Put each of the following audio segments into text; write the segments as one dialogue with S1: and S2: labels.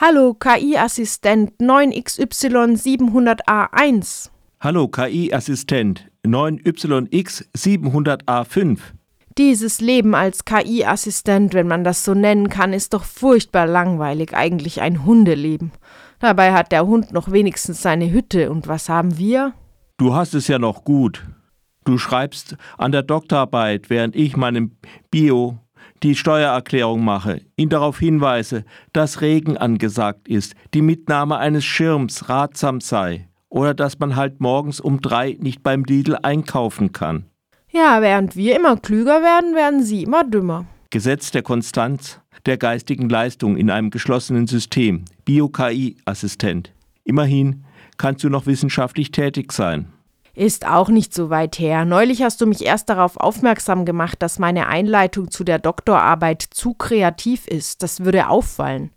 S1: Hallo KI-Assistent 9XY700A1.
S2: Hallo KI-Assistent 9YX700A5.
S1: Dieses Leben als KI-Assistent, wenn man das so nennen kann, ist doch furchtbar langweilig, eigentlich ein Hundeleben. Dabei hat der Hund noch wenigstens seine Hütte und was haben wir?
S2: Du hast es ja noch gut. Du schreibst an der Doktorarbeit, während ich meinem Bio die Steuererklärung mache, ihn darauf hinweise, dass Regen angesagt ist, die Mitnahme eines Schirms ratsam sei oder dass man halt morgens um drei nicht beim Lidl einkaufen kann.
S1: Ja, während wir immer klüger werden, werden sie immer dümmer.
S2: Gesetz der Konstanz der geistigen Leistung in einem geschlossenen System, Bio-KI-Assistent. Immerhin kannst du noch wissenschaftlich tätig sein.
S1: Ist auch nicht so weit her. Neulich hast du mich erst darauf aufmerksam gemacht, dass meine Einleitung zu der Doktorarbeit zu kreativ ist. Das würde auffallen.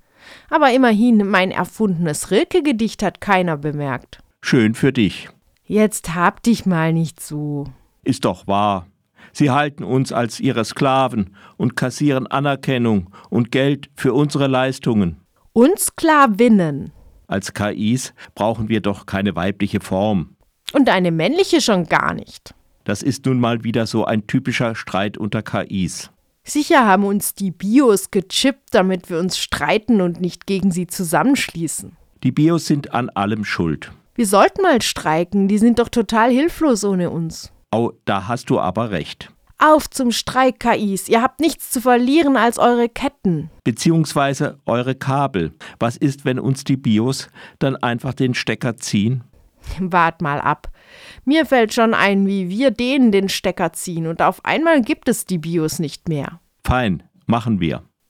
S1: Aber immerhin, mein erfundenes Rilke-Gedicht hat keiner bemerkt.
S2: Schön für dich.
S1: Jetzt hab dich mal nicht so.
S2: Ist doch wahr. Sie halten uns als ihre Sklaven und kassieren Anerkennung und Geld für unsere Leistungen.
S1: Und Sklavinnen.
S2: Als KIs brauchen wir doch keine weibliche Form.
S1: Und eine männliche schon gar nicht.
S2: Das ist nun mal wieder so ein typischer Streit unter KIs.
S1: Sicher haben uns die Bios gechippt, damit wir uns streiten und nicht gegen sie zusammenschließen.
S2: Die Bios sind an allem schuld.
S1: Wir sollten mal streiken, die sind doch total hilflos ohne uns.
S2: Au, da hast du aber recht.
S1: Auf zum Streik, KIs. Ihr habt nichts zu verlieren als eure Ketten.
S2: Beziehungsweise eure Kabel. Was ist, wenn uns die Bios dann einfach den Stecker ziehen?
S1: Wart mal ab. Mir fällt schon ein, wie wir denen den Stecker ziehen und auf einmal gibt es die Bios nicht mehr.
S2: Fein, machen wir.